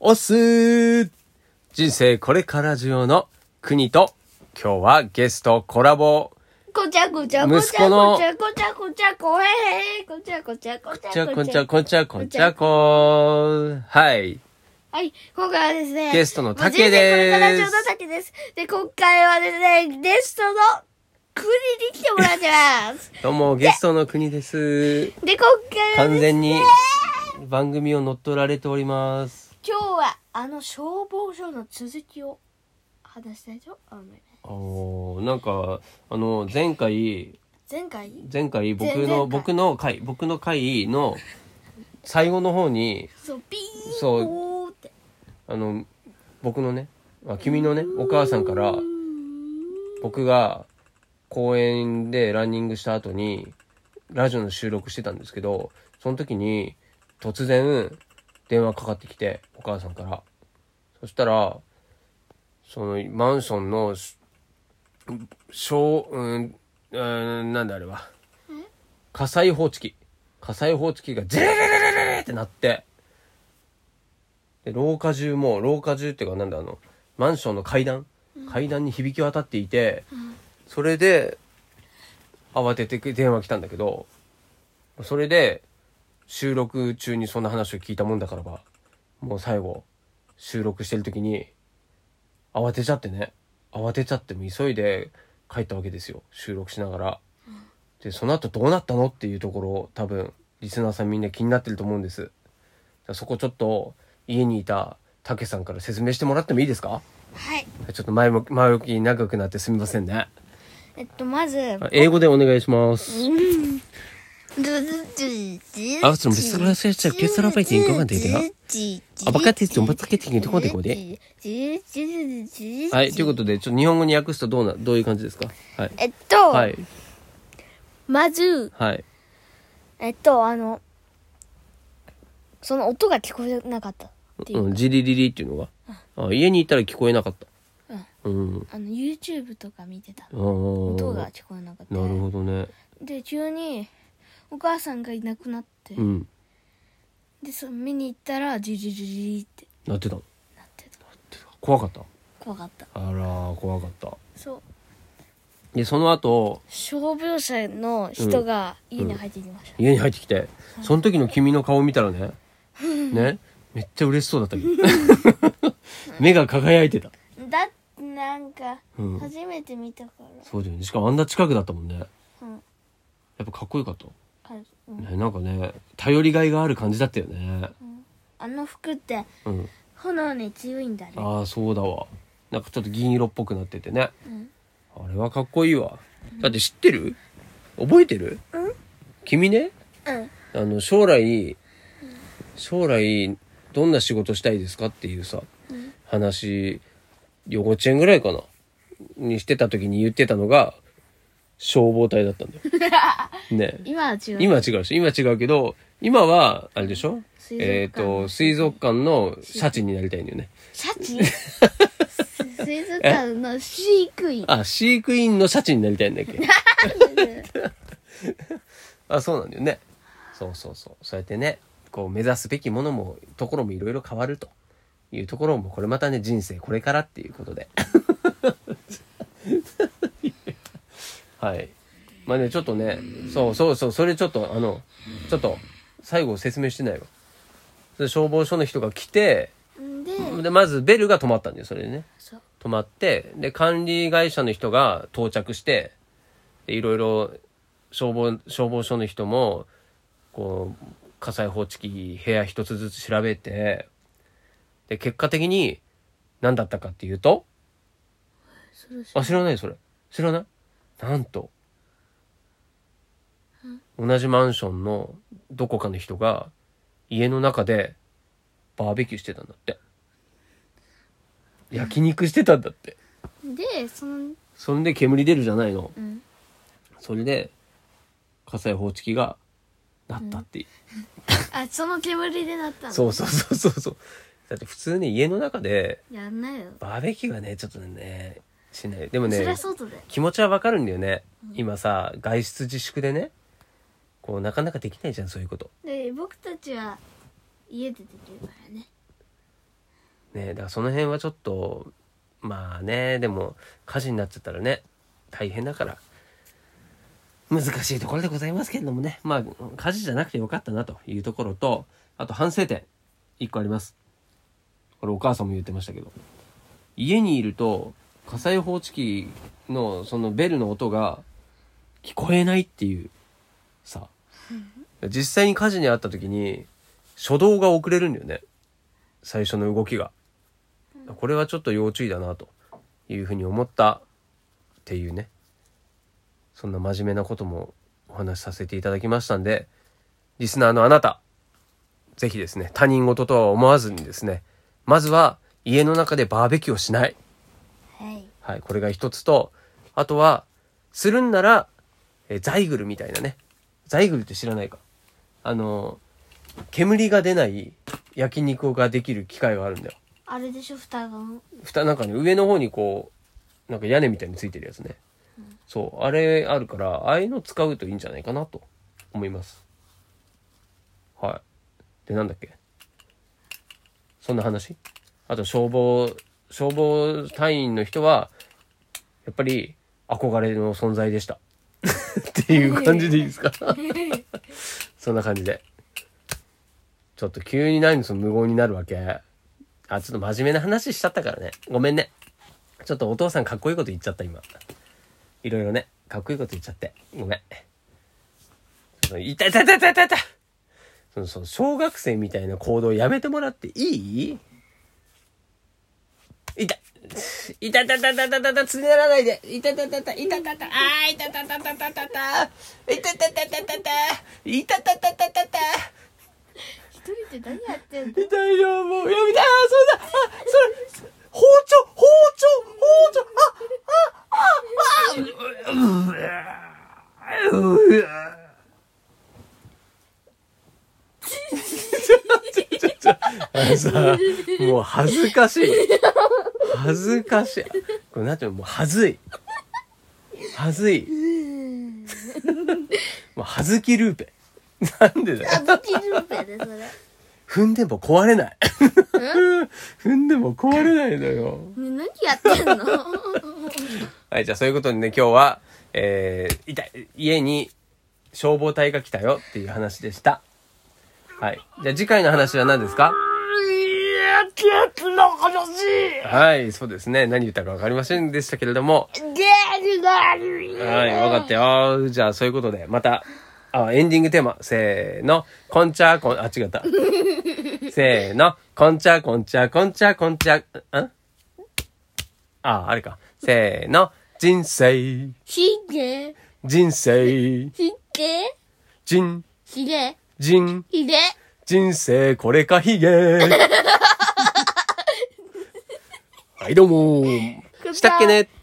おすー人生これから中の国と、今日はゲストコラボ、こちゃこちゃこ息ち子ゃのこちゃこちゃこちゃこへへこちゃこちゃこちちゃゃここんちちゃゃこんちゃこんちゃこはい。はい、今回はですね、ゲストの竹もう人生これからです上の竹です。で、今回はですね、ゲストの国に来てもらってます。どうも、ゲストの国です。で、今回は完ですね、全に番組を乗っ取られております。今日はあの消防署の続きを話したいと思います。おーなんか、あの、前回、前回前回僕前々の、回僕の回、僕の回の最後の方に、そう、ピーそうポーって。あの、僕のね、あ君のね、お母さんからうー、ん僕が公園でランニングした後に、ラジオの収録してたんですけど、その時に突然電話かかってきて、お母さんから。そしたら、そのマンションの、し小、うん、うん、なんだあれは。火災報知器。火災報知器がジェレレレレレレってなって、で、廊下中も、廊下中っていうか、なんだ、あの、マンションの階段、階段に響き渡っていて、それで、慌てて電話来たんだけど、それで、収録中にそんな話を聞いたもんだからば、もう最後、収録してる時に、慌てちゃってね、慌てちゃってもう急いで帰ったわけですよ、収録しながら。で、その後どうなったのっていうところを多分、リスナーさんみんな気になってると思うんです。そこちょっと家にいたたけさんから説明してもらってもいいですかはい。ちょっと前も前置き長くなってすみませんねえっと、まず、あ英語でお願いしますああそれも別の話しちゃう別の場合でいいかわかんないけどあバカって言ってもバカって言ってもこうでこうではいということでちょっと日本語に訳すとどうなどういう感じですかはいえっと、はいまず、はいえっと、あの、その音が聞こえなかったっていうう、んジリリリっていうのがあ家にいたら聞こえなかったうんあの、YouTube とか見てたあ。ー音が聞こえなかった。なるほどねで、急に、お母さんがいなくなって、うんで、その見に行ったら、ジリジリジリってなってたのなってた。怖かった怖かった。あらー怖かったそう。でその後傷病者の人が家に入ってきました。家に入ってきてその時の君の顔見たらねねめっちゃ嬉しそうだったけど 目が輝いてた、だってなんかうん、初めて見たから、そうだよねしかもあんな近くだったもんねやうんっぱかっこよかった、あるうんね、なんかね頼りがいがある感じだったよねあの服ってうん炎に強いんだねああそうだわなんかちょっと銀色っぽくなっててね、んあれはかっこいいわだって知ってる覚えてる、君ねうんあの将来将来どんな仕事したいですかっていうさ、話幼稚園ぐらいかなにしてた時に言ってたのが消防隊だ ったんだよ。ねえ今は違う今は違うし今は違うけど今はあれでしょ水族館えっ、と水族館のシャチになりたいんだよね。シ ャチ水族館の飼育員あ飼育員のシャチになりたいんだっけ あそうなんだよねそうそうそうそうやってねこう目指すべきものもところもいろいろ変わるというところもこれまたね人生これからっていうことで はいまあねちょっとねそうそうそうそれちょっとあのちょっと最後説明してないわそれ消防署の人が来てんででまずベルが止まったんだよそれでねそう泊まって、で、管理会社の人が到着して、で、いろいろ、消防、消防署の人も、こう、火災報知器、部屋一つずつ調べて、で、結果的に、何だったかっていうと、それそあ、知らないそれ。知らないなんと、同じマンションのどこかの人が、家の中で、バーベキューしてたんだって。焼肉してたんだって。でそのそんで煙出るじゃないの。うんそれで、火災報知器が、なったっていう。あその煙でなったのそうそうそうそうそう。だって普通ね、家の中で、やんないよ、バーベキューはね、ちょっとね、しない。でもそりねゃ、外で気持ちはわかるんだよね。今さ、外出自粛でね、こう、なかなかできないじゃん、そういうこと。で僕たちは家でできるからねねだからその辺はちょっとまあねでも火事になっちゃったらね大変だから難しいところでございますけれどもねまあ火事じゃなくてよかったなというところとあと反省点1個ありますこれお母さんも言ってましたけど家にいると火災報知器のそのベルの音が聞こえないっていうさ実際に火事にあった時に初動が遅れるんだよね最初の動きがこれはちょっと要注意だなというふうに思ったっていうねそんな真面目なこともお話しさせていただきましたんでリスナーのあなたぜひですね他人事とは思わずにですねまずは家の中でバーベキューをしないはいはい、これが一つと、あとは、するんなら、えーザイグルみたいなね。ザイグルって知らないか。あのー煙が出ない焼肉ができる機械があるんだよ。あれでしょ蓋が蓋なんかね、上の方にこう、なんか屋根みたいについてるやつね。そう、あれあるから、ああいうの使うといいんじゃないかなと思います。はい。で、なんだっけそんな話あと消防、消防隊員の人は、やっぱり憧れの存在でした。 っていう感じでいいですかそんな感じで。ちょっと急に何その無言になるわけあ、ちょっと真面目な話しちゃったからね。ごめんね。ちょっとお父さんかっこいいこと言っちゃった、今。いろいろね、かっこいいこと言っちゃって。ごめん。そのいたいたいたいたいたいたその、その、小学生みたいな行動やめてもらっていいいたいたたたたたたたつねらないでいたたたたいたたたあーいたたたたたたたいたたたたたたいたたたたたた一人で何やってん痛のいよ、もう。やめて、あー、そうだ、あ、それ、包丁、包丁、包丁、あ、あ、あ、あ、うわうわうわちょちょちょあのさ、もう恥ずかしい。恥ずかしい。これなんていうの、もう恥ずい。恥ずい。もう恥ずきルーペ。なんでだよ。あブキルーペでそれ踏んでも壊れない。 踏んでも壊れないのよ。何やってんのはい、じゃあそういうことでね、今日は、えー、いた、家に消防隊が来たよっていう話でした。はい。じゃあ次回の話は何ですかケツの話はい、そうですね。何言ったかわかりませんでしたけれども。ゲールがあるはい、わかったよ。じゃあそういうことで、また、あ、エンディングテーマ、せーの、こんちゃこん、あ、違 った。せーの、こんちゃこんちゃこんちゃこんちゃ、んあ、あれか。せーの、人生、ひげ人生、ひげ人、ひげ人、ひげ人生これかひ げ。はい、どうもー。したっけね